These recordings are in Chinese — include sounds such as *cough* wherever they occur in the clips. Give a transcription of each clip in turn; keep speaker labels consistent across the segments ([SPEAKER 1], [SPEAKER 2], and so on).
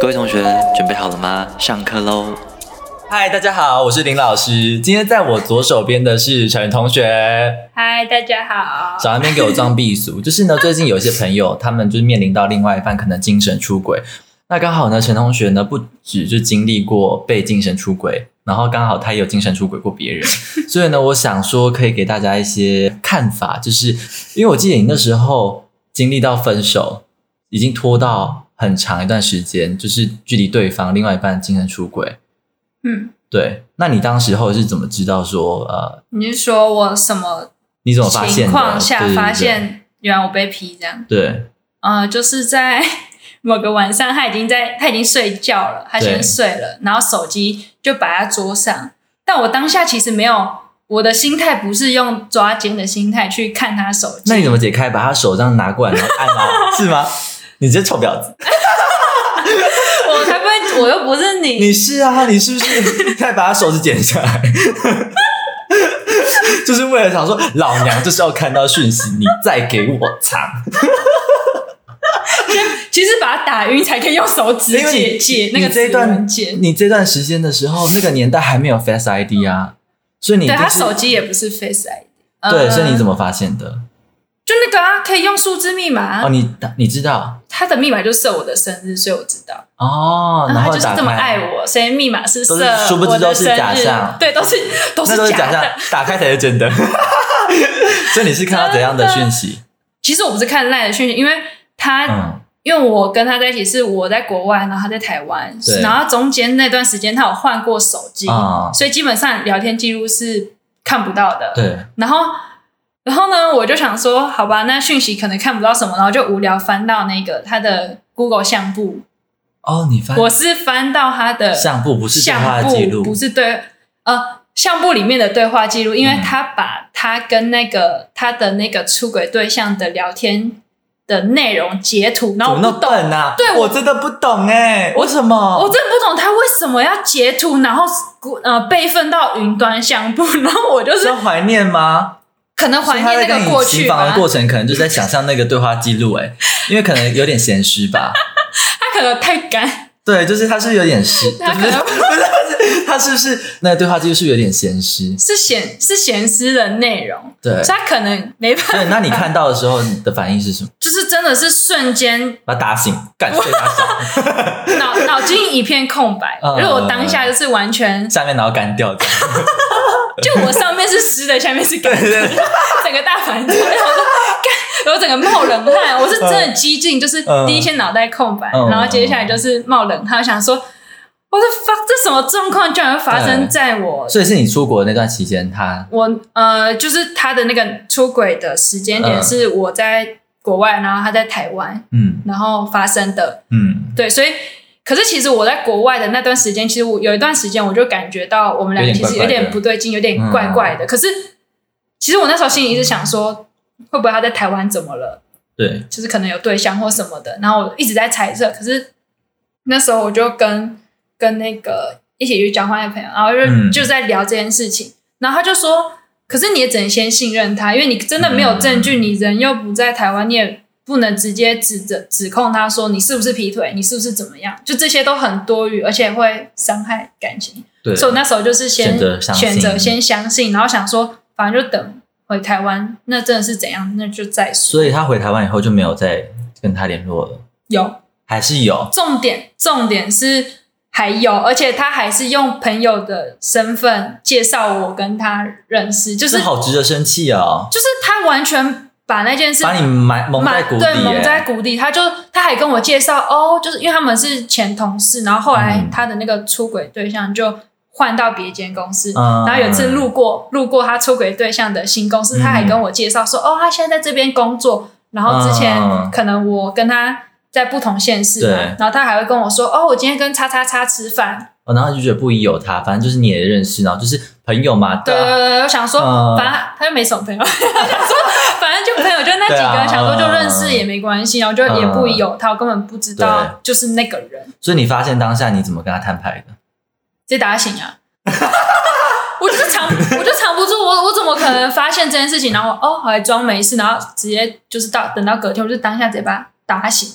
[SPEAKER 1] 各位同学准备好了吗？上课喽！
[SPEAKER 2] 嗨，大家好，我是林老师。今天在我左手边的是陈同学。
[SPEAKER 3] 嗨，大家好。
[SPEAKER 2] 小那边给我装避俗，就是呢，最近有一些朋友，他们就是面临到另外一半可能精神出轨。那刚好呢，陈同学呢不只就经历过被精神出轨，然后刚好他也有精神出轨过别人，所以呢，我想说可以给大家一些看法，就是因为我记得你那时候经历到分手，已经拖到很长一段时间，就是距离对方另外一半精神出轨。
[SPEAKER 3] 嗯，
[SPEAKER 2] 对，那你当时候是怎么知道说呃，
[SPEAKER 3] 你是说我什么
[SPEAKER 2] 你怎么发现
[SPEAKER 3] 情
[SPEAKER 2] 的？
[SPEAKER 3] 况下
[SPEAKER 2] 对
[SPEAKER 3] 发？现原来我被劈这样？
[SPEAKER 2] 对对对
[SPEAKER 3] 呃，就是在 *laughs* 某个晚上，他已经在他已经睡觉了，他
[SPEAKER 2] 对
[SPEAKER 3] 先睡了，然后手机就摆在桌上。但我当下其实没有，我的心态不是用抓奸的心态去看他手机。
[SPEAKER 2] 那你怎么解开？把他手这样拿过来，然后按吗？ *laughs* 是吗？你这臭婊子！
[SPEAKER 3] 我才不会，我又不是你。
[SPEAKER 2] 你是啊，你是不 *laughs* 是再把他手指剪下 *laughs* 来？就是为了想说，老娘就是要看到讯息，你再给我藏，
[SPEAKER 3] 其实把他打晕才可以用手指
[SPEAKER 2] 因为
[SPEAKER 3] 解
[SPEAKER 2] 你
[SPEAKER 3] 解那
[SPEAKER 2] 你
[SPEAKER 3] 个
[SPEAKER 2] 这一
[SPEAKER 3] 指
[SPEAKER 2] 段
[SPEAKER 3] 纹解。
[SPEAKER 2] 你这段时间的时候，那个年代还没有 Face ID 啊，所以你、就
[SPEAKER 3] 对
[SPEAKER 2] 是、
[SPEAKER 3] 他手机呃也不是 Face ID。
[SPEAKER 2] 对，所以你怎
[SPEAKER 3] 么
[SPEAKER 2] 么发现的？
[SPEAKER 3] 就那个啊？可以用数字密码啊、
[SPEAKER 2] 哦，你你知道，
[SPEAKER 3] 他的密码就设我的生日，所以我知道。
[SPEAKER 2] 哦，然
[SPEAKER 3] 啊他
[SPEAKER 2] 后
[SPEAKER 3] 就是
[SPEAKER 2] 打
[SPEAKER 3] 这么
[SPEAKER 2] 开，
[SPEAKER 3] 爱我，所以密码是设
[SPEAKER 2] 都是殊不知
[SPEAKER 3] 我的
[SPEAKER 2] 都是
[SPEAKER 3] 生
[SPEAKER 2] 假
[SPEAKER 3] 日
[SPEAKER 2] 象
[SPEAKER 3] 对，都是都
[SPEAKER 2] *laughs* 那都是假
[SPEAKER 3] 假
[SPEAKER 2] 象
[SPEAKER 3] 的。，
[SPEAKER 2] 打开才是真的。 *laughs* 所以你是看到怎样的讯
[SPEAKER 3] *laughs*
[SPEAKER 2] 息？
[SPEAKER 3] 其实我不是看赖的讯息，因为他、
[SPEAKER 2] 嗯，
[SPEAKER 3] 因为我跟他在一起是我在国外，然后他在台湾
[SPEAKER 2] 对，
[SPEAKER 3] 然后中间那段时间他有换过手机，
[SPEAKER 2] 啊
[SPEAKER 3] 所以基本上聊天记录是看不到的。
[SPEAKER 2] 对，
[SPEAKER 3] 然后，然后呢，我就想说，好吧，那讯息可能看不到什么，然后就无聊翻到那个他的 Google 相簿，
[SPEAKER 2] 哦，你翻
[SPEAKER 3] 我是翻到他的
[SPEAKER 2] 相簿不是对话
[SPEAKER 3] 相
[SPEAKER 2] 的
[SPEAKER 3] 簿，
[SPEAKER 2] 记录，
[SPEAKER 3] 不是对呃相簿里面的对话记录，因为
[SPEAKER 2] 嗯
[SPEAKER 3] 他把他跟那个他的那个出轨对象的聊天的内容截图，然
[SPEAKER 2] 怎么
[SPEAKER 3] 后我
[SPEAKER 2] 那
[SPEAKER 3] 不
[SPEAKER 2] 么
[SPEAKER 3] 懂，
[SPEAKER 2] 笨啊？
[SPEAKER 3] 对
[SPEAKER 2] 我
[SPEAKER 3] 我
[SPEAKER 2] 真的不懂哎，为什么？
[SPEAKER 3] 我真的不懂他为什么要截图，然后呃备份到云端相簿， *laughs* 然后我就是
[SPEAKER 2] 是怀念吗？
[SPEAKER 3] 可能怀
[SPEAKER 2] 所以他在
[SPEAKER 3] 念
[SPEAKER 2] 跟
[SPEAKER 3] 那
[SPEAKER 2] 你
[SPEAKER 3] 个过
[SPEAKER 2] 行
[SPEAKER 3] 去
[SPEAKER 2] 房
[SPEAKER 3] 吧
[SPEAKER 2] 的，过程，可能就是在想象那个对话记录，哎，因为可能有点闲湿吧。
[SPEAKER 3] 他可能太干，
[SPEAKER 2] 对，就是他是有点湿，
[SPEAKER 3] 他
[SPEAKER 2] 不是
[SPEAKER 3] 可能
[SPEAKER 2] 不是他是他是不是那个对话记录是有点闲湿？
[SPEAKER 3] 是显是显示的内容，
[SPEAKER 2] 对
[SPEAKER 3] 所以他可能没办法，
[SPEAKER 2] 对，那你看到的时候你的反应是什么？
[SPEAKER 3] 就是真的是瞬间
[SPEAKER 2] 把他打醒，干睡他醒。
[SPEAKER 3] 脑 *laughs* 脑筋一片空白，
[SPEAKER 2] 嗯
[SPEAKER 3] 因为我当下就是完全
[SPEAKER 2] 下面然后干掉这样。 *laughs*
[SPEAKER 3] 就我上面是湿的，下面是干的， *laughs* 整个大反差。然后我说干，我整个冒冷汗，我是真的激进，就是
[SPEAKER 2] 嗯
[SPEAKER 3] 第一先脑袋空白，
[SPEAKER 2] 嗯
[SPEAKER 3] 然后接下来就是冒冷汗，想说我的 fuck，这什么状况居然会发生在我？
[SPEAKER 2] 所以是你出国的那段期间，他
[SPEAKER 3] 我呃，就是他的那个出轨的时间
[SPEAKER 2] 嗯
[SPEAKER 3] 点是我在国外，然后他在台湾，
[SPEAKER 2] 嗯
[SPEAKER 3] 然后发生的。
[SPEAKER 2] 嗯
[SPEAKER 3] 对，所以可是其实我在国外的那段时间，其实我有一段时间我就感觉到我们两个
[SPEAKER 2] 有点
[SPEAKER 3] 其
[SPEAKER 2] 怪
[SPEAKER 3] 实有
[SPEAKER 2] 怪的嗯
[SPEAKER 3] 点不对劲，有点怪怪的。可是其实我那时候心里一直想说，会不会他在台湾怎么了？
[SPEAKER 2] 对，
[SPEAKER 3] 就是可能有对象或什么的。然后我一直在猜测，可是那时候我就跟跟那个一起去交换的朋友，然后就、
[SPEAKER 2] 嗯
[SPEAKER 3] 就在聊这件事情，然后他就说，可是你也只能先信任他，因为你真的没有证
[SPEAKER 2] 嗯
[SPEAKER 3] 据，你人又不在台湾，你也。不能直接指着指控他说你是不是劈腿，你是不是怎么样，就这些都很多余，而且会伤害感情。
[SPEAKER 2] 对
[SPEAKER 3] 所以我那时候就是先
[SPEAKER 2] 选择相信
[SPEAKER 3] 选择先相信，然后想说反正就等回台湾，那真的是怎样，那就再说。
[SPEAKER 2] 所以他回台湾以后就没有再跟他联络了，
[SPEAKER 3] 有
[SPEAKER 2] 还是有
[SPEAKER 3] 重点重点是还有，而且他还是用朋友的身份介绍我跟他认识，就是
[SPEAKER 2] 这好值得生气哦，
[SPEAKER 3] 就是他完全把那件事
[SPEAKER 2] 把你埋蒙在
[SPEAKER 3] 瞒
[SPEAKER 2] 鼓底、
[SPEAKER 3] 对
[SPEAKER 2] 欸，
[SPEAKER 3] 蒙在鼓底，他就他还跟我介绍哦，就是因为他们是前同事，然后后来
[SPEAKER 2] 嗯
[SPEAKER 3] 他的那个出轨对象就。换到别间公司，
[SPEAKER 2] 嗯
[SPEAKER 3] 然后有一次路过路过他出轨对象的新公司，
[SPEAKER 2] 嗯
[SPEAKER 3] 他还跟我介绍说，哦，他现在在这边工作，然后之前
[SPEAKER 2] 嗯
[SPEAKER 3] 可能我跟他在不同县市嘛
[SPEAKER 2] 对，
[SPEAKER 3] 然后他还会跟我说，哦，我今天跟叉叉叉吃饭，
[SPEAKER 2] 哦，然后就觉得不疑有他，反正就是你也认识，然后就是朋友嘛，
[SPEAKER 3] 对对对
[SPEAKER 2] 啊，
[SPEAKER 3] 对，我想说，
[SPEAKER 2] 嗯
[SPEAKER 3] 反正他又没什么朋友， *laughs* 想说反正就朋友就那几
[SPEAKER 2] 对啊
[SPEAKER 3] 个，想说就认
[SPEAKER 2] 嗯
[SPEAKER 3] 识也没关系，然后就也不疑有他，我根本不知道就是那个人，
[SPEAKER 2] 所以你发现当下你怎么跟他摊牌的？
[SPEAKER 3] 直接打醒啊！ *laughs* 我就是藏，我就藏不住，我我怎么可能发现这件事情？然后我哦，还装没事，然后直接就是到等到隔天，我就当下直接把他打醒，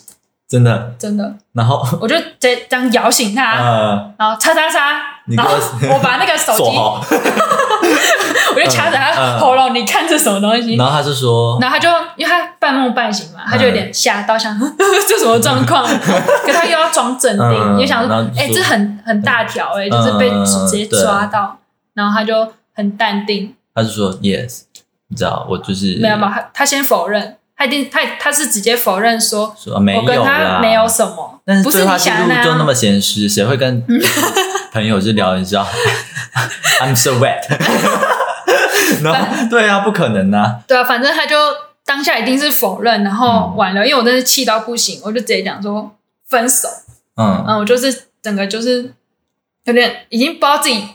[SPEAKER 2] 真的。
[SPEAKER 3] 真的，
[SPEAKER 2] 然后
[SPEAKER 3] 我就这这样摇醒他，
[SPEAKER 2] 呃，
[SPEAKER 3] 然后叉叉叉，
[SPEAKER 2] 你
[SPEAKER 3] 然
[SPEAKER 2] 给
[SPEAKER 3] 后
[SPEAKER 2] 我
[SPEAKER 3] 我把那个
[SPEAKER 2] *laughs*
[SPEAKER 3] 手
[SPEAKER 2] 坐
[SPEAKER 3] 机，
[SPEAKER 2] 好，
[SPEAKER 3] 我就掐着他
[SPEAKER 2] 嗯嗯
[SPEAKER 3] 喉咙，你看这什么东西？
[SPEAKER 2] 然后他就说，
[SPEAKER 3] 然后他就，因为他半梦半醒
[SPEAKER 2] 嗯
[SPEAKER 3] 嘛，他就有点吓到，想 *laughs* 这什么状况？可他又要装镇定，
[SPEAKER 2] 嗯
[SPEAKER 3] 也想说
[SPEAKER 2] 然后，就
[SPEAKER 3] 哎，
[SPEAKER 2] 说嗯
[SPEAKER 3] 这很很大条哎，就是被直接抓到，然后他就很淡定，
[SPEAKER 2] 他就说 yes，你知道我就是
[SPEAKER 3] 没有没有，他他先否认，他一定他他是直接否认说，
[SPEAKER 2] 说啊没
[SPEAKER 3] 我跟
[SPEAKER 2] 有
[SPEAKER 3] 他
[SPEAKER 2] 啦，
[SPEAKER 3] 没有什么，
[SPEAKER 2] 但是
[SPEAKER 3] 不是
[SPEAKER 2] 对
[SPEAKER 3] 你嗯
[SPEAKER 2] 话记
[SPEAKER 3] 想啊
[SPEAKER 2] 录
[SPEAKER 3] 的
[SPEAKER 2] 就那
[SPEAKER 3] 样。
[SPEAKER 2] 么闲实，谁会跟 *laughs* 朋友去聊？你知道 *laughs* ，I'm so wet 。 *laughs* 然后对啊，不可能呐、
[SPEAKER 3] 对啊，反正他就当下一定是否认，然
[SPEAKER 2] 嗯
[SPEAKER 3] 后完了，因为我真是气到不行，我就直接讲说分手。
[SPEAKER 2] 嗯，
[SPEAKER 3] 嗯，我就是整个就是有点已经不知道自己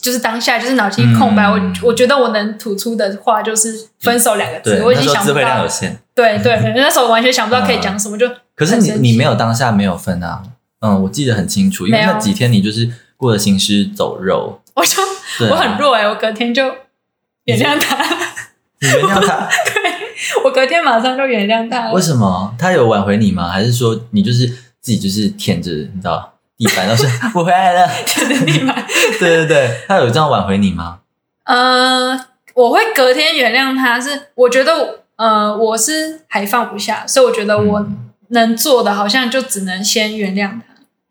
[SPEAKER 3] 就是当下就是脑筋空白。
[SPEAKER 2] 嗯
[SPEAKER 3] 我我觉得我能吐出的话就是分手两个
[SPEAKER 2] 对，
[SPEAKER 3] 字，我已
[SPEAKER 2] 那
[SPEAKER 3] 经
[SPEAKER 2] 时候
[SPEAKER 3] 想
[SPEAKER 2] 智
[SPEAKER 3] 不
[SPEAKER 2] 慧量
[SPEAKER 3] 到
[SPEAKER 2] 有。嗯限。
[SPEAKER 3] 对对，
[SPEAKER 2] *laughs*
[SPEAKER 3] 那时候完全想不到可以讲什么，就
[SPEAKER 2] 可是
[SPEAKER 3] 很
[SPEAKER 2] 你
[SPEAKER 3] 生气
[SPEAKER 2] 你没有当下没有分啊，嗯，我记得很清楚，因为
[SPEAKER 3] 没有
[SPEAKER 2] 那几天你就是过得行尸走肉，
[SPEAKER 3] 我就
[SPEAKER 2] 对、啊，
[SPEAKER 3] 我很，弱哎、我隔天就原谅他， *laughs*
[SPEAKER 2] 你原谅他，
[SPEAKER 3] 我隔天马上就原谅他了
[SPEAKER 2] 为。什么？他有挽回你吗？还是说你就是自己就是舔着你知道地板，然后说 *laughs* 我回
[SPEAKER 3] *laughs*
[SPEAKER 2] 来了， *laughs* 对对对，他有这样挽回你吗？
[SPEAKER 3] 呃，我会隔天原谅他是，我觉得呃我是还放不下，所以我觉得我
[SPEAKER 2] 嗯
[SPEAKER 3] 能做的好像就只能先原谅他。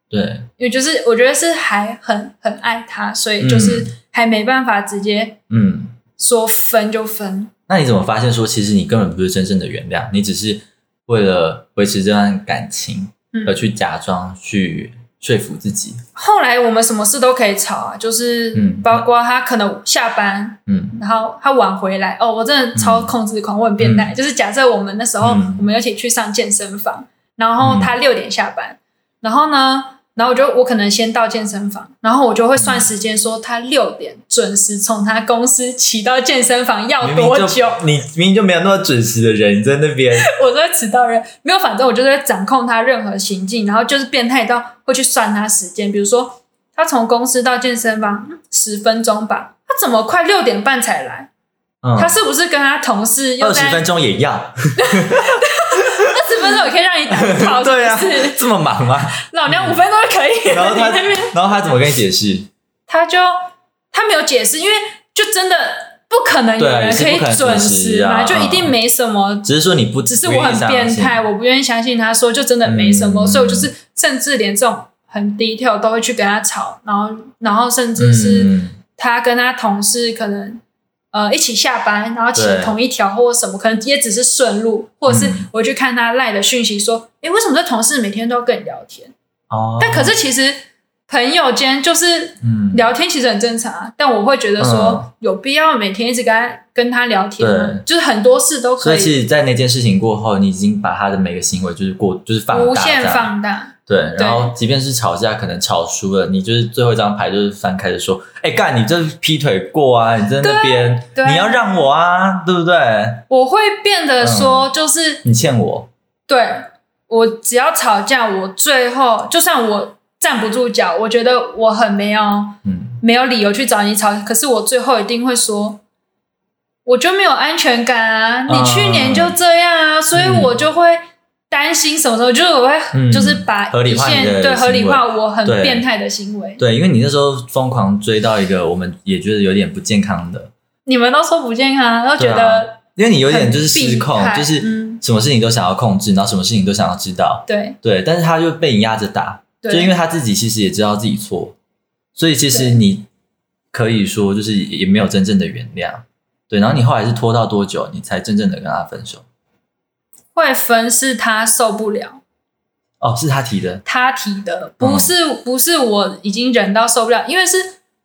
[SPEAKER 2] 对，
[SPEAKER 3] 因为就是我觉得是还很很爱他，所以就是还没办法直接
[SPEAKER 2] 嗯，
[SPEAKER 3] 说分就分。
[SPEAKER 2] 那你怎么发现说，其实你根本不是真正的原谅，你只是为了维持这段感情
[SPEAKER 3] 嗯
[SPEAKER 2] 而去假装去说服自己？
[SPEAKER 3] 后来我们什么事都可以吵啊，就是
[SPEAKER 2] 嗯
[SPEAKER 3] 包括他可能下班，
[SPEAKER 2] 嗯
[SPEAKER 3] 然后他晚回来，哦，我真的超控制狂，我很变态。就是假设我们那时候
[SPEAKER 2] 嗯
[SPEAKER 3] 我们一起去上健身房，然后他六点下班，然后呢，然后我就我可能先到健身房，然后我就会算
[SPEAKER 2] 嗯
[SPEAKER 3] 时间，说他六点准时从他公司骑到健身房要
[SPEAKER 2] 明
[SPEAKER 3] 哦多
[SPEAKER 2] 明
[SPEAKER 3] 久？
[SPEAKER 2] 就你明明就没有那么准时的人，你在那边，
[SPEAKER 3] 我都会迟到人，没有，反正我就是会掌控他任何行径，然后就是变态到会去算他时间，比如说他从公司到健身房十分钟吧，他怎么快六点半才来？
[SPEAKER 2] 嗯，
[SPEAKER 3] 他是不是跟他同事又
[SPEAKER 2] 二十
[SPEAKER 3] 在
[SPEAKER 2] 分钟也要，
[SPEAKER 3] 二十分钟也可以让你打
[SPEAKER 2] *laughs*
[SPEAKER 3] 跑？
[SPEAKER 2] 对啊
[SPEAKER 3] 是不是，
[SPEAKER 2] 这么忙吗？
[SPEAKER 3] *laughs* 老娘五分钟就可以了。
[SPEAKER 2] 然后他
[SPEAKER 3] *laughs* 你那边，
[SPEAKER 2] 然后他怎么跟你解释？
[SPEAKER 3] 他就他没有解释，因为就真的不可能有
[SPEAKER 2] 对啊
[SPEAKER 3] 人
[SPEAKER 2] 是
[SPEAKER 3] 可以
[SPEAKER 2] 不可能
[SPEAKER 3] 准
[SPEAKER 2] 准时
[SPEAKER 3] 时
[SPEAKER 2] 啊
[SPEAKER 3] 嘛，就一定没什么
[SPEAKER 2] 只是说你不，
[SPEAKER 3] 只是我很变态，我不愿意相信他说就真的没什么，
[SPEAKER 2] 嗯
[SPEAKER 3] 所以我就是甚至连这种很低调都会去跟他吵，然后然后甚
[SPEAKER 2] 嗯，
[SPEAKER 3] 至是他跟他同事可能呃一起下班，然后骑
[SPEAKER 2] 对
[SPEAKER 3] 同一条或什么，可能也只是顺路，或者是
[SPEAKER 2] 嗯
[SPEAKER 3] 我去看他赖的讯息说，诶，为什么这同事每天都要跟你聊天？
[SPEAKER 2] 哦，
[SPEAKER 3] 但可是其实朋友间就是
[SPEAKER 2] 嗯，
[SPEAKER 3] 聊天其实很正常啊，但我会觉得说有必要每天一直跟他跟他聊天吗，
[SPEAKER 2] 对
[SPEAKER 3] 就是很多事都
[SPEAKER 2] 所
[SPEAKER 3] 可
[SPEAKER 2] 以
[SPEAKER 3] 以
[SPEAKER 2] 其实，在那件事情过后，你已经把他的每个行为就是过，就是放大
[SPEAKER 3] 无限
[SPEAKER 2] 这样
[SPEAKER 3] 放大。
[SPEAKER 2] 对，
[SPEAKER 3] 对
[SPEAKER 2] 然后即便是吵架，可能吵输了，你就是最后一张牌就是翻开的说，哎，干你这劈腿过啊，你在那边，
[SPEAKER 3] 对啊
[SPEAKER 2] 你要让我啊，对不对？
[SPEAKER 3] 我会变
[SPEAKER 2] 嗯
[SPEAKER 3] 得说，就是、
[SPEAKER 2] 你欠我，
[SPEAKER 3] 对我只要吵架，我最后就算我站不住脚，我觉得我很没有
[SPEAKER 2] 嗯，
[SPEAKER 3] 没有理由去找你吵，可是我最后一定会说，我就没有安全感啊，你去年就这样啊，所以我就会担心什么时候，就是我会、
[SPEAKER 2] 嗯
[SPEAKER 3] 就是把
[SPEAKER 2] 合理
[SPEAKER 3] 底
[SPEAKER 2] 化你
[SPEAKER 3] 线
[SPEAKER 2] 的
[SPEAKER 3] 对
[SPEAKER 2] 行为
[SPEAKER 3] 合理化我很
[SPEAKER 2] 对
[SPEAKER 3] 变态的行为。
[SPEAKER 2] 对，因为你那时候疯狂追到一个我们也觉得有点不健康的，
[SPEAKER 3] 你们都说不健康，都
[SPEAKER 2] 对
[SPEAKER 3] 觉
[SPEAKER 2] 啊
[SPEAKER 3] 得、
[SPEAKER 2] 因为你有点就是失控
[SPEAKER 3] 很病，态
[SPEAKER 2] 就是
[SPEAKER 3] 嗯
[SPEAKER 2] 什么事情都想要控制，然后什么事情都想要知道，
[SPEAKER 3] 对
[SPEAKER 2] 对，但是他就被你压着打，
[SPEAKER 3] 对，
[SPEAKER 2] 就因为他自己其实也知道自己错，所以其实你可以说就是也没有真正的原谅，对。然后你后来是拖到多久，你才真正的跟他分手？
[SPEAKER 3] 会分是他受不了。
[SPEAKER 2] 哦，是他提的，
[SPEAKER 3] 他提的，
[SPEAKER 2] 嗯
[SPEAKER 3] 不是、不是我已经忍到受不了，因为是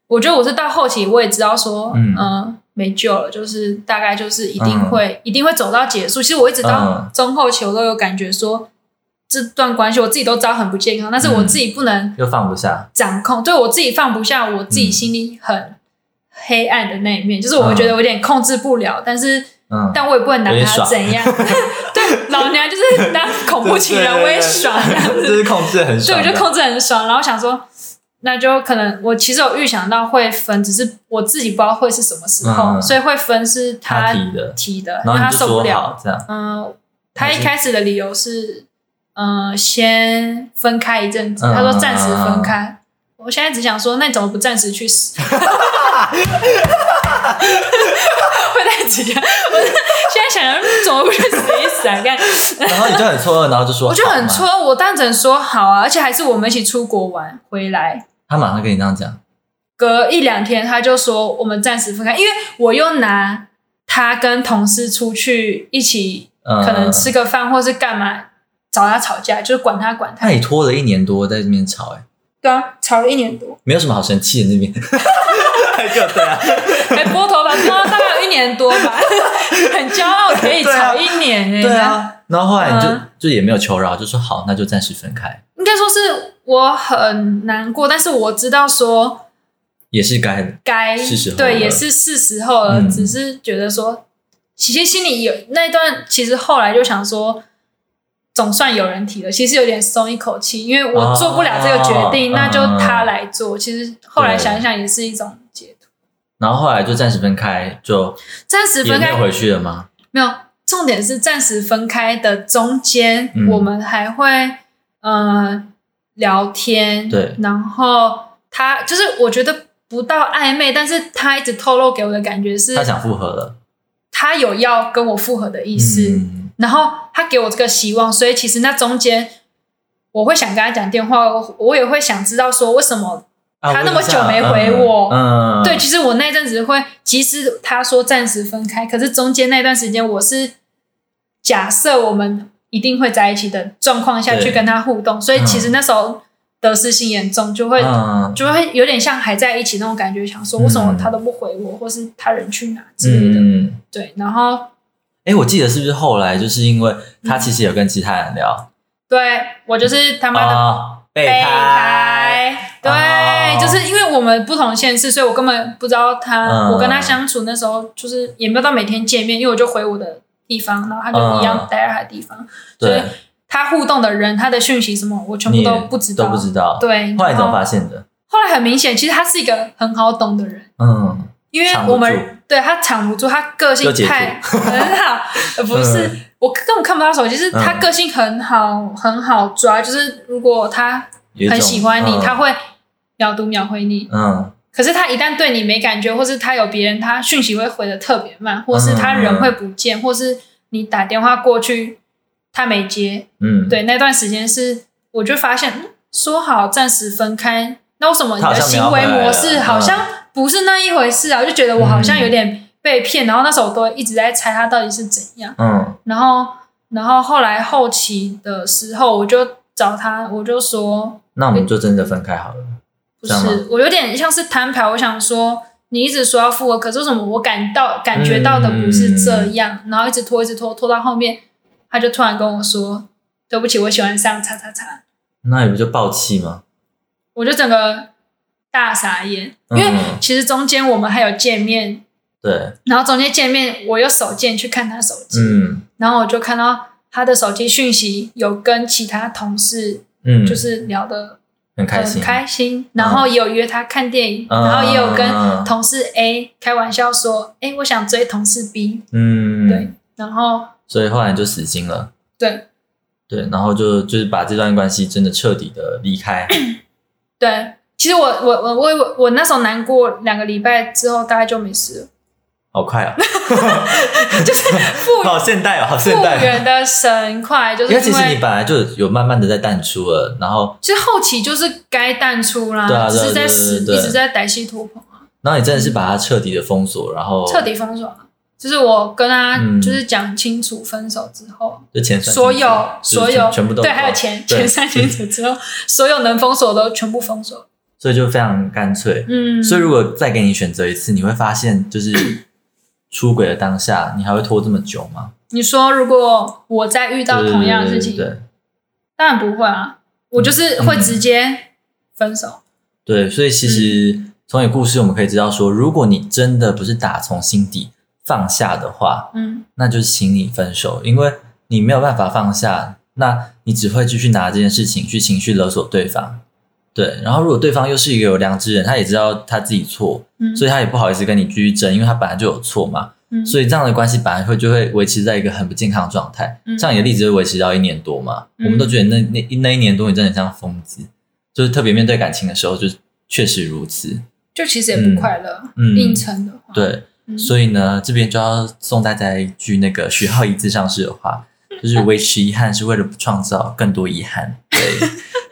[SPEAKER 3] 我觉得我是到后期我也知道说，嗯、
[SPEAKER 2] 嗯
[SPEAKER 3] 没救了，就是大概就是一定
[SPEAKER 2] 嗯
[SPEAKER 3] 会、一定会走到结束。其实我一直到
[SPEAKER 2] 嗯
[SPEAKER 3] 中后期我都有感觉说，这段关系我自己都知道很不健康，
[SPEAKER 2] 嗯
[SPEAKER 3] 但是我自己不能
[SPEAKER 2] 又放不下，
[SPEAKER 3] 掌控，对我自己放不下，我自己心里很黑暗的那一面，就是我觉得我有点控制不了，但是。
[SPEAKER 2] 嗯，
[SPEAKER 3] 但我也不能拿
[SPEAKER 2] 有点
[SPEAKER 3] 他
[SPEAKER 2] 爽
[SPEAKER 3] 怎样， *laughs* 对，老娘就是当恐怖情人，
[SPEAKER 2] 对对对
[SPEAKER 3] 我也爽啊这样
[SPEAKER 2] *laughs*
[SPEAKER 3] 子，
[SPEAKER 2] 就是控制得很
[SPEAKER 3] 所以
[SPEAKER 2] 爽
[SPEAKER 3] 我
[SPEAKER 2] 的，
[SPEAKER 3] 就控制很爽，然后想说，那就可能我其实有预想到会分，只是我自己不知道会是什么时候，
[SPEAKER 2] 嗯
[SPEAKER 3] 所以会分是
[SPEAKER 2] 他
[SPEAKER 3] 他
[SPEAKER 2] 提的，
[SPEAKER 3] 提的，因
[SPEAKER 2] 然后
[SPEAKER 3] 为他
[SPEAKER 2] 你就
[SPEAKER 3] 受不
[SPEAKER 2] 说
[SPEAKER 3] 了。
[SPEAKER 2] 好这样，
[SPEAKER 3] 嗯，他一开始的理由是呃，先分开一阵子。
[SPEAKER 2] 嗯
[SPEAKER 3] 他说暂时分开。我现在只想说，那你怎么不暂时去死？ *laughs* 会太直接，我现在想想怎么不去死一死啊？看，
[SPEAKER 2] 然后你就很错愕，然后就说，
[SPEAKER 3] *laughs* 我就很
[SPEAKER 2] 错，
[SPEAKER 3] 戳，我当然只能说好啊，而且还是我们一起出国玩回来，
[SPEAKER 2] 他马上跟你这样讲，
[SPEAKER 3] 隔一两天，他就说我们暂时分开，因为我又拿他跟同事出去一起，
[SPEAKER 2] 嗯，
[SPEAKER 3] 可能吃个饭或是干嘛，找他吵架，就是管他管他。
[SPEAKER 2] 他也拖了一年多在这边吵、哎，
[SPEAKER 3] 对啊，吵了一年
[SPEAKER 2] *laughs*
[SPEAKER 3] 多，
[SPEAKER 2] 没有什么好生气的那边， *laughs* 就对啊，
[SPEAKER 3] 还拨哎头发，拨到大概有一年多吧， *laughs* 很骄傲可以吵一年哎、
[SPEAKER 2] 对，啊，然后后来你就、
[SPEAKER 3] 嗯
[SPEAKER 2] 就也没有求饶，就说好，那就暂时分开，
[SPEAKER 3] 应该说是我很难过，但是我知道说
[SPEAKER 2] 也是该的，
[SPEAKER 3] 该
[SPEAKER 2] 是时候了
[SPEAKER 3] 对，也是是时候了，
[SPEAKER 2] 嗯
[SPEAKER 3] 只是觉得说，其实心里有那一段，其实后来就想说，总算有人提了，其实有点松一口气，因为我做不了这个决定，
[SPEAKER 2] 哦
[SPEAKER 3] 那就
[SPEAKER 2] 嗯
[SPEAKER 3] 他来做。其实后来想一想，也是一种解脱。
[SPEAKER 2] 然后后来就暂时分开，就
[SPEAKER 3] 暂时
[SPEAKER 2] 也
[SPEAKER 3] 分
[SPEAKER 2] 没
[SPEAKER 3] 开
[SPEAKER 2] 有回去了吗？
[SPEAKER 3] 没有，重点是暂时分开的中间，
[SPEAKER 2] 嗯
[SPEAKER 3] 我们还会呃聊天，
[SPEAKER 2] 对
[SPEAKER 3] 然后他就是我觉得不到暧昧，但是他一直透露给我的感觉是
[SPEAKER 2] 他想复合了，
[SPEAKER 3] 他有要跟我复合的意思，
[SPEAKER 2] 嗯
[SPEAKER 3] 然后他给我这个希望，所以其实那中间我会想跟他讲电话，我我也会想知道说为什么。
[SPEAKER 2] 啊
[SPEAKER 3] 他那么
[SPEAKER 2] 我也知道
[SPEAKER 3] 久没回我
[SPEAKER 2] 嗯，嗯
[SPEAKER 3] 对，其实我那阵子会，即使他说暂时分开，可是中间那段时间我是假设我们一定会在一起的状况下
[SPEAKER 2] 对
[SPEAKER 3] 去跟他互动，所以其实那时候得失心严重，就会、
[SPEAKER 2] 嗯，
[SPEAKER 3] 就会有点像还在一起那种感觉，想说为什么他都不回我，或是他人去哪之类的。
[SPEAKER 2] 嗯。嗯
[SPEAKER 3] 对，然后
[SPEAKER 2] 哎，我记得是不是后来就是因为他其实有跟其他人聊
[SPEAKER 3] 对我就是他妈的
[SPEAKER 2] 啊，备
[SPEAKER 3] 备
[SPEAKER 2] 胎，
[SPEAKER 3] 胎，对，
[SPEAKER 2] 哦
[SPEAKER 3] 就是因为我们不同县市，所以我根本不知道他。
[SPEAKER 2] 嗯
[SPEAKER 3] 我跟他相处那时候，就是也没有到每天见面，因为我就回我的地方，然后他就一样
[SPEAKER 2] 嗯
[SPEAKER 3] 待在他的地方。所
[SPEAKER 2] 对
[SPEAKER 3] 以，他互动的人，他的讯息什么，我全部
[SPEAKER 2] 你
[SPEAKER 3] 都不知道。
[SPEAKER 2] 都不知道。，
[SPEAKER 3] 对，
[SPEAKER 2] 后来你怎么
[SPEAKER 3] 然
[SPEAKER 2] 发现的？
[SPEAKER 3] 后来很明显，其实他是一个很好懂的人，
[SPEAKER 2] 嗯，
[SPEAKER 3] 因为
[SPEAKER 2] 藏不
[SPEAKER 3] 我
[SPEAKER 2] 住
[SPEAKER 3] 们对他藏不住，他个性
[SPEAKER 2] 又解
[SPEAKER 3] 太很好，呃 *laughs* 不是、
[SPEAKER 2] 嗯
[SPEAKER 3] 我根本看不到手机，是他
[SPEAKER 2] 嗯
[SPEAKER 3] 个性很好，很好抓，就是如果他
[SPEAKER 2] 有一
[SPEAKER 3] 很
[SPEAKER 2] 种
[SPEAKER 3] 喜欢你，
[SPEAKER 2] 嗯
[SPEAKER 3] 他会秒读秒回你。
[SPEAKER 2] 嗯
[SPEAKER 3] 可是他一旦对你没感觉，或是他有别人，他讯息会回的特别慢，或是他人会不
[SPEAKER 2] 嗯
[SPEAKER 3] 见，或是你打电话过去他没接。
[SPEAKER 2] 嗯，，
[SPEAKER 3] 对，那段时间是我就发现，嗯说好暂时分开，那为什么你
[SPEAKER 2] 他好
[SPEAKER 3] 的
[SPEAKER 2] 像没有
[SPEAKER 3] 行为
[SPEAKER 2] 回
[SPEAKER 3] 模式
[SPEAKER 2] 来
[SPEAKER 3] 好像不是那一回事啊？我就觉得我好像
[SPEAKER 2] 嗯
[SPEAKER 3] 有点被骗，然后那时候我都一直在猜他到底是怎样。
[SPEAKER 2] 嗯
[SPEAKER 3] 然后，然后后来后期的时候，我就找他，我就说
[SPEAKER 2] 那我们就真的分开好了。
[SPEAKER 3] 不
[SPEAKER 2] 这样吗
[SPEAKER 3] 是，我有点像是摊牌，我想说你一直说要复合，可是为什么我感到感觉到的不是这样？
[SPEAKER 2] 嗯
[SPEAKER 3] 然后一直拖，一直拖，拖到后面，他就突然跟我说：“对不起，我喜欢上叉叉叉。
[SPEAKER 2] 那你不就爆气吗？”
[SPEAKER 3] 我就整个大傻眼，因
[SPEAKER 2] 嗯
[SPEAKER 3] 为其实中间我们还有见面，
[SPEAKER 2] 对，
[SPEAKER 3] 然后中间见面我又手贱去看他手机，
[SPEAKER 2] 嗯
[SPEAKER 3] 然后我就看到他的手机讯息有跟其他同事
[SPEAKER 2] 嗯，
[SPEAKER 3] 就是聊的
[SPEAKER 2] 很开心，
[SPEAKER 3] 很开心，然后也有约他看电影，
[SPEAKER 2] 嗯
[SPEAKER 3] 然后也有跟同事 A 开玩笑说：“哎、我想追同事 B。
[SPEAKER 2] 嗯，
[SPEAKER 3] 对，然后
[SPEAKER 2] 所以后来你就死心了。
[SPEAKER 3] 对
[SPEAKER 2] 对，然后就就是把这段关系真的彻底的离开。
[SPEAKER 3] 对，其实我我我我我我那时候难过两个礼拜之后，大概就没事了，
[SPEAKER 2] 好快哦，
[SPEAKER 3] 就是复
[SPEAKER 2] 好现代哦，好现
[SPEAKER 3] 复
[SPEAKER 2] 代哦。
[SPEAKER 3] 原的神快，就是
[SPEAKER 2] 因
[SPEAKER 3] 因
[SPEAKER 2] 为其实你
[SPEAKER 3] 为
[SPEAKER 2] 本来就有慢慢的在淡出了，然后
[SPEAKER 3] 其实后期就是该淡出啦，
[SPEAKER 2] 对啊对
[SPEAKER 3] 只
[SPEAKER 2] 啊
[SPEAKER 3] 是在
[SPEAKER 2] 对对
[SPEAKER 3] 死
[SPEAKER 2] 对哦对
[SPEAKER 3] 一直在歹戏拖棚，
[SPEAKER 2] 然后你真的是把它彻底的封锁，然后
[SPEAKER 3] 彻底封锁啊。就是我跟他
[SPEAKER 2] 嗯
[SPEAKER 3] 就是讲清楚分手之后，
[SPEAKER 2] 就前三
[SPEAKER 3] 所
[SPEAKER 2] 集
[SPEAKER 3] 有
[SPEAKER 2] 就是
[SPEAKER 3] 所有
[SPEAKER 2] 全部都
[SPEAKER 3] 对，还有钱
[SPEAKER 2] 对
[SPEAKER 3] 钱三年者之后，所有能封锁的都全部封锁。
[SPEAKER 2] 所以就非常干脆。
[SPEAKER 3] 嗯，
[SPEAKER 2] 所以如果再给你选择一次，你会发现就是 *coughs* 出轨的当下，你还会拖这么久吗？
[SPEAKER 3] 你说如果我再遇到
[SPEAKER 2] 对
[SPEAKER 3] 同样的事情，
[SPEAKER 2] 对嗯对
[SPEAKER 3] 当然不会啊，我就是会直接分手。
[SPEAKER 2] 对对，所以其实从你故事我们可以知道说，如果你真的不是打从心底放下的话，
[SPEAKER 3] 嗯，
[SPEAKER 2] 那就请你分手，因为你没有办法放下，那你只会继续拿这件事情去情绪勒索对方。对，然后如果对方又是一个有良知人，他也知道他自己错，
[SPEAKER 3] 嗯
[SPEAKER 2] 所以他也不好意思跟你继续争，因为他本来就有错嘛。
[SPEAKER 3] 嗯
[SPEAKER 2] 所以这样的关系本来会就会维持在一个很不健康的状态。
[SPEAKER 3] 嗯
[SPEAKER 2] 像你的例子就维持到一年多嘛，
[SPEAKER 3] 嗯
[SPEAKER 2] 我们都觉得那那那一年多你真的很像疯子，就是特别面对感情的时候，就是确实如此。
[SPEAKER 3] 就其实也不快乐，
[SPEAKER 2] 嗯
[SPEAKER 3] 硬撑的话，
[SPEAKER 2] 对，
[SPEAKER 3] 嗯
[SPEAKER 2] 所以呢，这边就要送大家一句那个徐浩一字上师的话，就是维持遗憾是为了不创造更多遗憾。对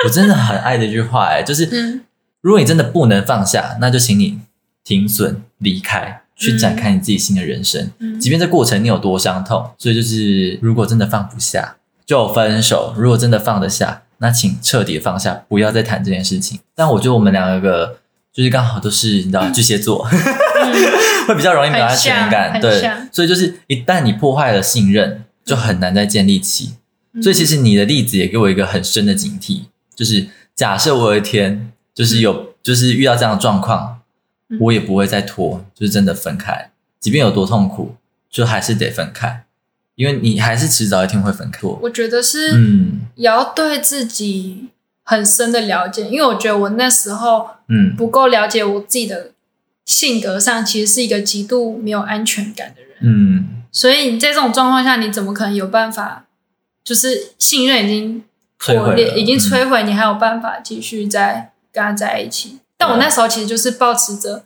[SPEAKER 2] 我真的很爱这句话、哎，就是、
[SPEAKER 3] 嗯
[SPEAKER 2] 如果你真的不能放下，那就请你停损离开，去展开你自己新的人生。
[SPEAKER 3] 嗯
[SPEAKER 2] 即便这过程你有多伤痛，所以就是如果真的放不下，就分手；如果真的放得下，那请彻底放下，不要再谈这件事情。但我觉得我们两个就是刚好都是你知道巨蟹座， *laughs* 会比较容易没有安全感，
[SPEAKER 3] 嗯很像
[SPEAKER 2] 对
[SPEAKER 3] 很像，
[SPEAKER 2] 所以就是一旦你破坏了信任，就很难再建立起。
[SPEAKER 3] 嗯
[SPEAKER 2] 所以其实你的例子也给我一个很深的警惕，就是假设我有一天就是有就是遇到这样的状况
[SPEAKER 3] 嗯，
[SPEAKER 2] 我也不会再拖，就是真的分开，即便有多痛苦，就还是得分开，因为你还是迟早一天会分开。
[SPEAKER 3] 我觉得是，
[SPEAKER 2] 嗯
[SPEAKER 3] 也要对自己很深的了解，因为我觉得我那时候
[SPEAKER 2] 嗯
[SPEAKER 3] 不够了解我自己的性格上，其实是一个极度没有安全感的人。
[SPEAKER 2] 嗯，
[SPEAKER 3] 所以你在这种状况下，你怎么可能有办法？就是信任已经
[SPEAKER 2] 摧
[SPEAKER 3] 破
[SPEAKER 2] 毁了
[SPEAKER 3] 裂，已
[SPEAKER 2] 嗯
[SPEAKER 3] 经摧毁，你还有办法继续再跟他在一起？但我那时候其实就是保持着，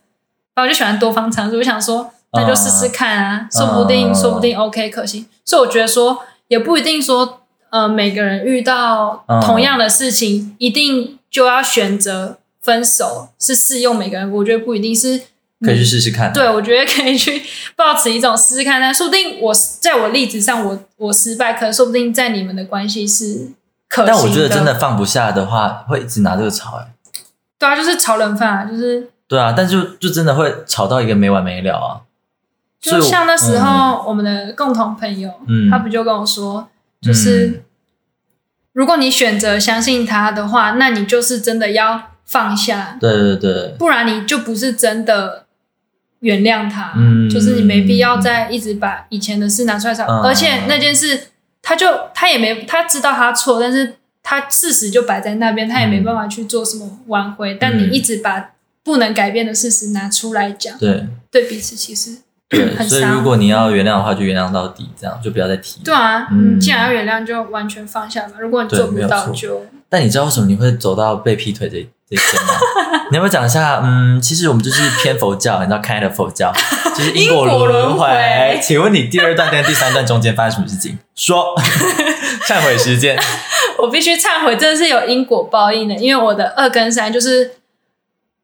[SPEAKER 3] 啊我就喜欢多方尝试，我想说那就试试看啊，说不定
[SPEAKER 2] 嗯
[SPEAKER 3] 说不定 OK 可行。所以我觉得说也不一定说，呃，每个人遇到
[SPEAKER 2] 嗯
[SPEAKER 3] 同样的事情，一定就要选择分手，是适用每个人。我觉得不一定是
[SPEAKER 2] 可以去试试看。
[SPEAKER 3] 对，我觉得可以去抱持一种试试看，但说不定我在我例子上我我失败，可说不定在你们的关系是可行
[SPEAKER 2] 但我觉得真的放不下的话，会一直拿这个吵、欸。
[SPEAKER 3] 对啊，就是炒冷饭啊，就是
[SPEAKER 2] 对啊，但就就真的会吵到一个没完没了啊。所
[SPEAKER 3] 就
[SPEAKER 2] 以我
[SPEAKER 3] 像那时候我们的共同朋友，
[SPEAKER 2] 嗯
[SPEAKER 3] 他不就跟我说，就是、
[SPEAKER 2] 嗯
[SPEAKER 3] 如果你选择相信他的话，那你就是真的要放下，
[SPEAKER 2] 对对对，
[SPEAKER 3] 不然你就不是真的。原谅他，
[SPEAKER 2] 嗯
[SPEAKER 3] 就是你没必要再一直把以前的事拿出来吵，
[SPEAKER 2] 嗯
[SPEAKER 3] 而且那件事他就他也没他知道他错，但是他事实就摆在那边，他也没办法去做什么挽回。
[SPEAKER 2] 嗯
[SPEAKER 3] 但你一直把不能改变的事实拿出来讲，
[SPEAKER 2] 对
[SPEAKER 3] 对彼此其实
[SPEAKER 2] 对，
[SPEAKER 3] 很
[SPEAKER 2] 所以
[SPEAKER 3] 伤
[SPEAKER 2] 如果你要原谅的话，就原谅到底，这样就不要再提。
[SPEAKER 3] 对啊，
[SPEAKER 2] 嗯
[SPEAKER 3] 嗯，既然要原谅，就完全放下吧。如果你做
[SPEAKER 2] 对
[SPEAKER 3] 不
[SPEAKER 2] 没有
[SPEAKER 3] 到
[SPEAKER 2] 错
[SPEAKER 3] 就，
[SPEAKER 2] 但你知道为什么你会走到被劈腿这这一天吗？
[SPEAKER 3] *laughs*
[SPEAKER 2] 你要不要讲一下？嗯，其实我们就是偏佛教，你知道 kind of 佛
[SPEAKER 3] *laughs*
[SPEAKER 2] 教，就是因果
[SPEAKER 3] 因果轮
[SPEAKER 2] 轮
[SPEAKER 3] 回
[SPEAKER 2] 回。请问你第二段跟第三段中间发生什么事情？
[SPEAKER 3] *laughs*
[SPEAKER 2] 说，忏悔时间。
[SPEAKER 3] 我必须忏悔，真的是有因果报应的，因为我的二跟三就是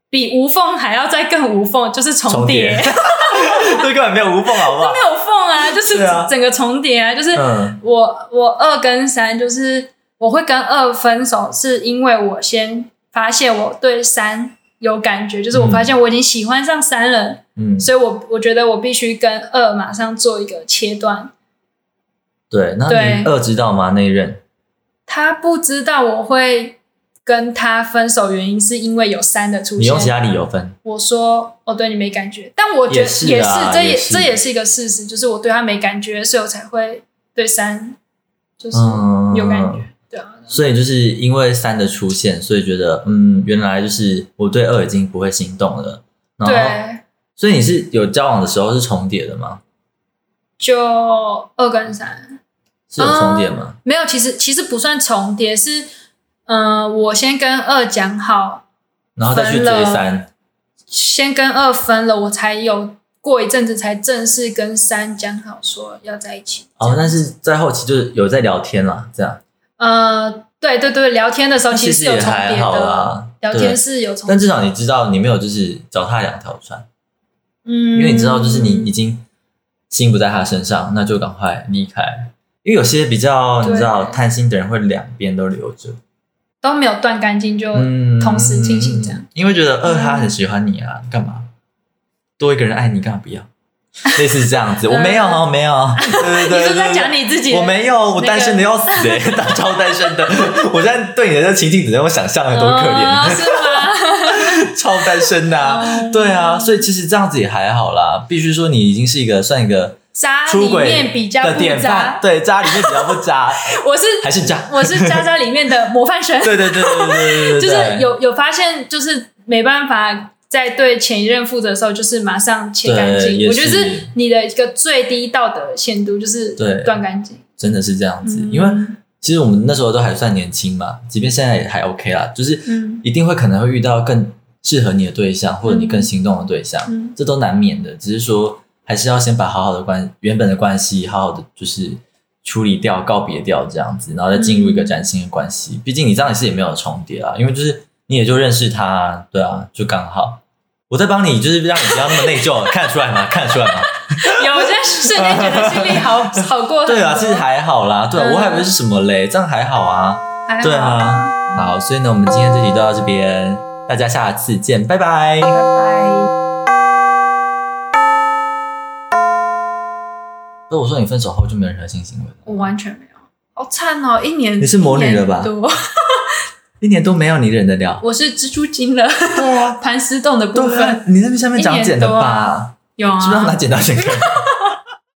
[SPEAKER 3] 比无缝还要再更无缝，就是重
[SPEAKER 2] 重
[SPEAKER 3] 叠
[SPEAKER 2] 叠，
[SPEAKER 3] *laughs*
[SPEAKER 2] 这根本没有无缝，好不好
[SPEAKER 3] 没？有缝啊，就是
[SPEAKER 2] 是啊
[SPEAKER 3] 整个重叠啊，就是
[SPEAKER 2] 嗯
[SPEAKER 3] 我我二跟三就是我会跟二分手，是因为我先发现我对三有感觉，就是我发现我已经喜欢上三了，
[SPEAKER 2] 嗯，
[SPEAKER 3] 所以我我觉得我必须跟二马上做一个切断。
[SPEAKER 2] 对。那
[SPEAKER 3] 对
[SPEAKER 2] 你二知道吗？那一任
[SPEAKER 3] 他不知道我会跟他分手，原因是因为有三的出
[SPEAKER 2] 你用其
[SPEAKER 3] 现。
[SPEAKER 2] 他理由分，
[SPEAKER 3] 我说我对你没感觉，但我觉得
[SPEAKER 2] 也是啊
[SPEAKER 3] 这也
[SPEAKER 2] 也是
[SPEAKER 3] 这也是一个事实，就是我对他没感觉，所以我才会对三就是
[SPEAKER 2] 嗯
[SPEAKER 3] 有感觉，对啊。
[SPEAKER 2] 所以就是因为三的出现，所以觉得嗯，原来就是我对二已经不会心动了。嗯然后，
[SPEAKER 3] 对，
[SPEAKER 2] 所以你是有交往的时候是重叠的吗？
[SPEAKER 3] 就二跟三
[SPEAKER 2] 是有重叠吗？
[SPEAKER 3] 没有，其实其实不算重叠，是嗯、呃我先跟二讲好，
[SPEAKER 2] 然后再去追三，
[SPEAKER 3] 先跟二分了，我才有过一阵子才正式跟三讲好说要在一起。
[SPEAKER 2] 哦，
[SPEAKER 3] 这样
[SPEAKER 2] 但是在后期就是有在聊天啦，这
[SPEAKER 3] 哦
[SPEAKER 2] 样。
[SPEAKER 3] 呃，对对对，聊天的时候
[SPEAKER 2] 那
[SPEAKER 3] 其
[SPEAKER 2] 其
[SPEAKER 3] 实是
[SPEAKER 2] 实
[SPEAKER 3] 有
[SPEAKER 2] 也
[SPEAKER 3] 重叠
[SPEAKER 2] 还好
[SPEAKER 3] 的
[SPEAKER 2] 啦，
[SPEAKER 3] 聊天是有重叠，
[SPEAKER 2] 但至少你知道你没有就是脚踏两条船，
[SPEAKER 3] 嗯，
[SPEAKER 2] 因为你知道就是你已经心不在他身上，那就赶快离开。因为有些比较
[SPEAKER 3] 对
[SPEAKER 2] 你知道贪心的人会两边都留着，
[SPEAKER 3] 都没有断干净就
[SPEAKER 2] 嗯，
[SPEAKER 3] 同时进行这样。
[SPEAKER 2] 因为觉得二他很喜欢你啊，干嘛多一个人爱你干嘛不要？类似这样子，我没有，我没有，哦
[SPEAKER 3] *laughs*
[SPEAKER 2] 对对
[SPEAKER 3] 你
[SPEAKER 2] 对，
[SPEAKER 3] 是不是在
[SPEAKER 2] 对对
[SPEAKER 3] 讲你自己的，
[SPEAKER 2] 我没有，我单身的要死哎、
[SPEAKER 3] *laughs*
[SPEAKER 2] 欸，大超单身的。我现在对你的这个情境只能我想象有多可
[SPEAKER 3] 哦
[SPEAKER 2] 怜，
[SPEAKER 3] 是吗？
[SPEAKER 2] *laughs* 超单身的、啊
[SPEAKER 3] 哦，
[SPEAKER 2] 对啊，所以其实这样子也还好啦。必须说你已经是一个算一个
[SPEAKER 3] 渣
[SPEAKER 2] 出
[SPEAKER 3] 啊里
[SPEAKER 2] 轨
[SPEAKER 3] 面比较
[SPEAKER 2] 的
[SPEAKER 3] 不
[SPEAKER 2] 典范
[SPEAKER 3] 渣，，
[SPEAKER 2] 对渣里面比较不渣，
[SPEAKER 3] *laughs* 我是
[SPEAKER 2] 还是渣
[SPEAKER 3] 我是
[SPEAKER 2] *laughs*
[SPEAKER 3] 渣渣里面的模范生，
[SPEAKER 2] 对对对对对对对，
[SPEAKER 3] 就是
[SPEAKER 2] 对
[SPEAKER 3] 有有发现，就是没办法在对前一任负责的时候，就是马上切干
[SPEAKER 2] 对
[SPEAKER 3] 净。
[SPEAKER 2] 也
[SPEAKER 3] 我觉得
[SPEAKER 2] 是
[SPEAKER 3] 是你的一个最低道德限度，就是
[SPEAKER 2] 对
[SPEAKER 3] 断干净。
[SPEAKER 2] 真的是这样子，
[SPEAKER 3] 嗯
[SPEAKER 2] 因为其实我们那时候都还算年轻嘛，即便现在也还 OK 啦，就是
[SPEAKER 3] 嗯
[SPEAKER 2] 一定会可能会遇到更适合你的对象，或者你更心动的对象，
[SPEAKER 3] 嗯
[SPEAKER 2] 这都难免的。只是说还是要先把好好的关原本的关系，好好的就是处理掉、告别掉这样子，然后再进入
[SPEAKER 3] 嗯
[SPEAKER 2] 一个崭新的关系。毕竟你这样也是也没有重叠啊，因为就是你也就认识他、啊，对啊，就刚好。我在帮你，就是让你不要那么内疚， *laughs* 看得出来吗？看得出来吗？
[SPEAKER 3] 有，我现在瞬间觉得心里
[SPEAKER 2] *laughs*
[SPEAKER 3] 好好过很多。
[SPEAKER 2] 对啊，其实还好啦，对啊，
[SPEAKER 3] 嗯
[SPEAKER 2] 我还以为是什么嘞，这样还好啊。
[SPEAKER 3] 还好
[SPEAKER 2] 对啊，好，所以呢，我们今天这集就到这边，大家下次见，拜拜。
[SPEAKER 3] 拜拜。
[SPEAKER 2] 那我说你分手后就没有任何性行为了，
[SPEAKER 3] 我完全没有，好惨哦！一年
[SPEAKER 2] 你是魔女了吧
[SPEAKER 3] 一年多
[SPEAKER 2] 一年多没有你忍得了？
[SPEAKER 3] 我是蜘蛛精了，
[SPEAKER 2] 对啊，
[SPEAKER 3] *laughs* 盘丝洞的部
[SPEAKER 2] 对啊
[SPEAKER 3] 分，
[SPEAKER 2] 你那边下面长茧的
[SPEAKER 3] 一年多
[SPEAKER 2] 吧
[SPEAKER 3] 啊？有啊，
[SPEAKER 2] 是不是要拿剪刀先割？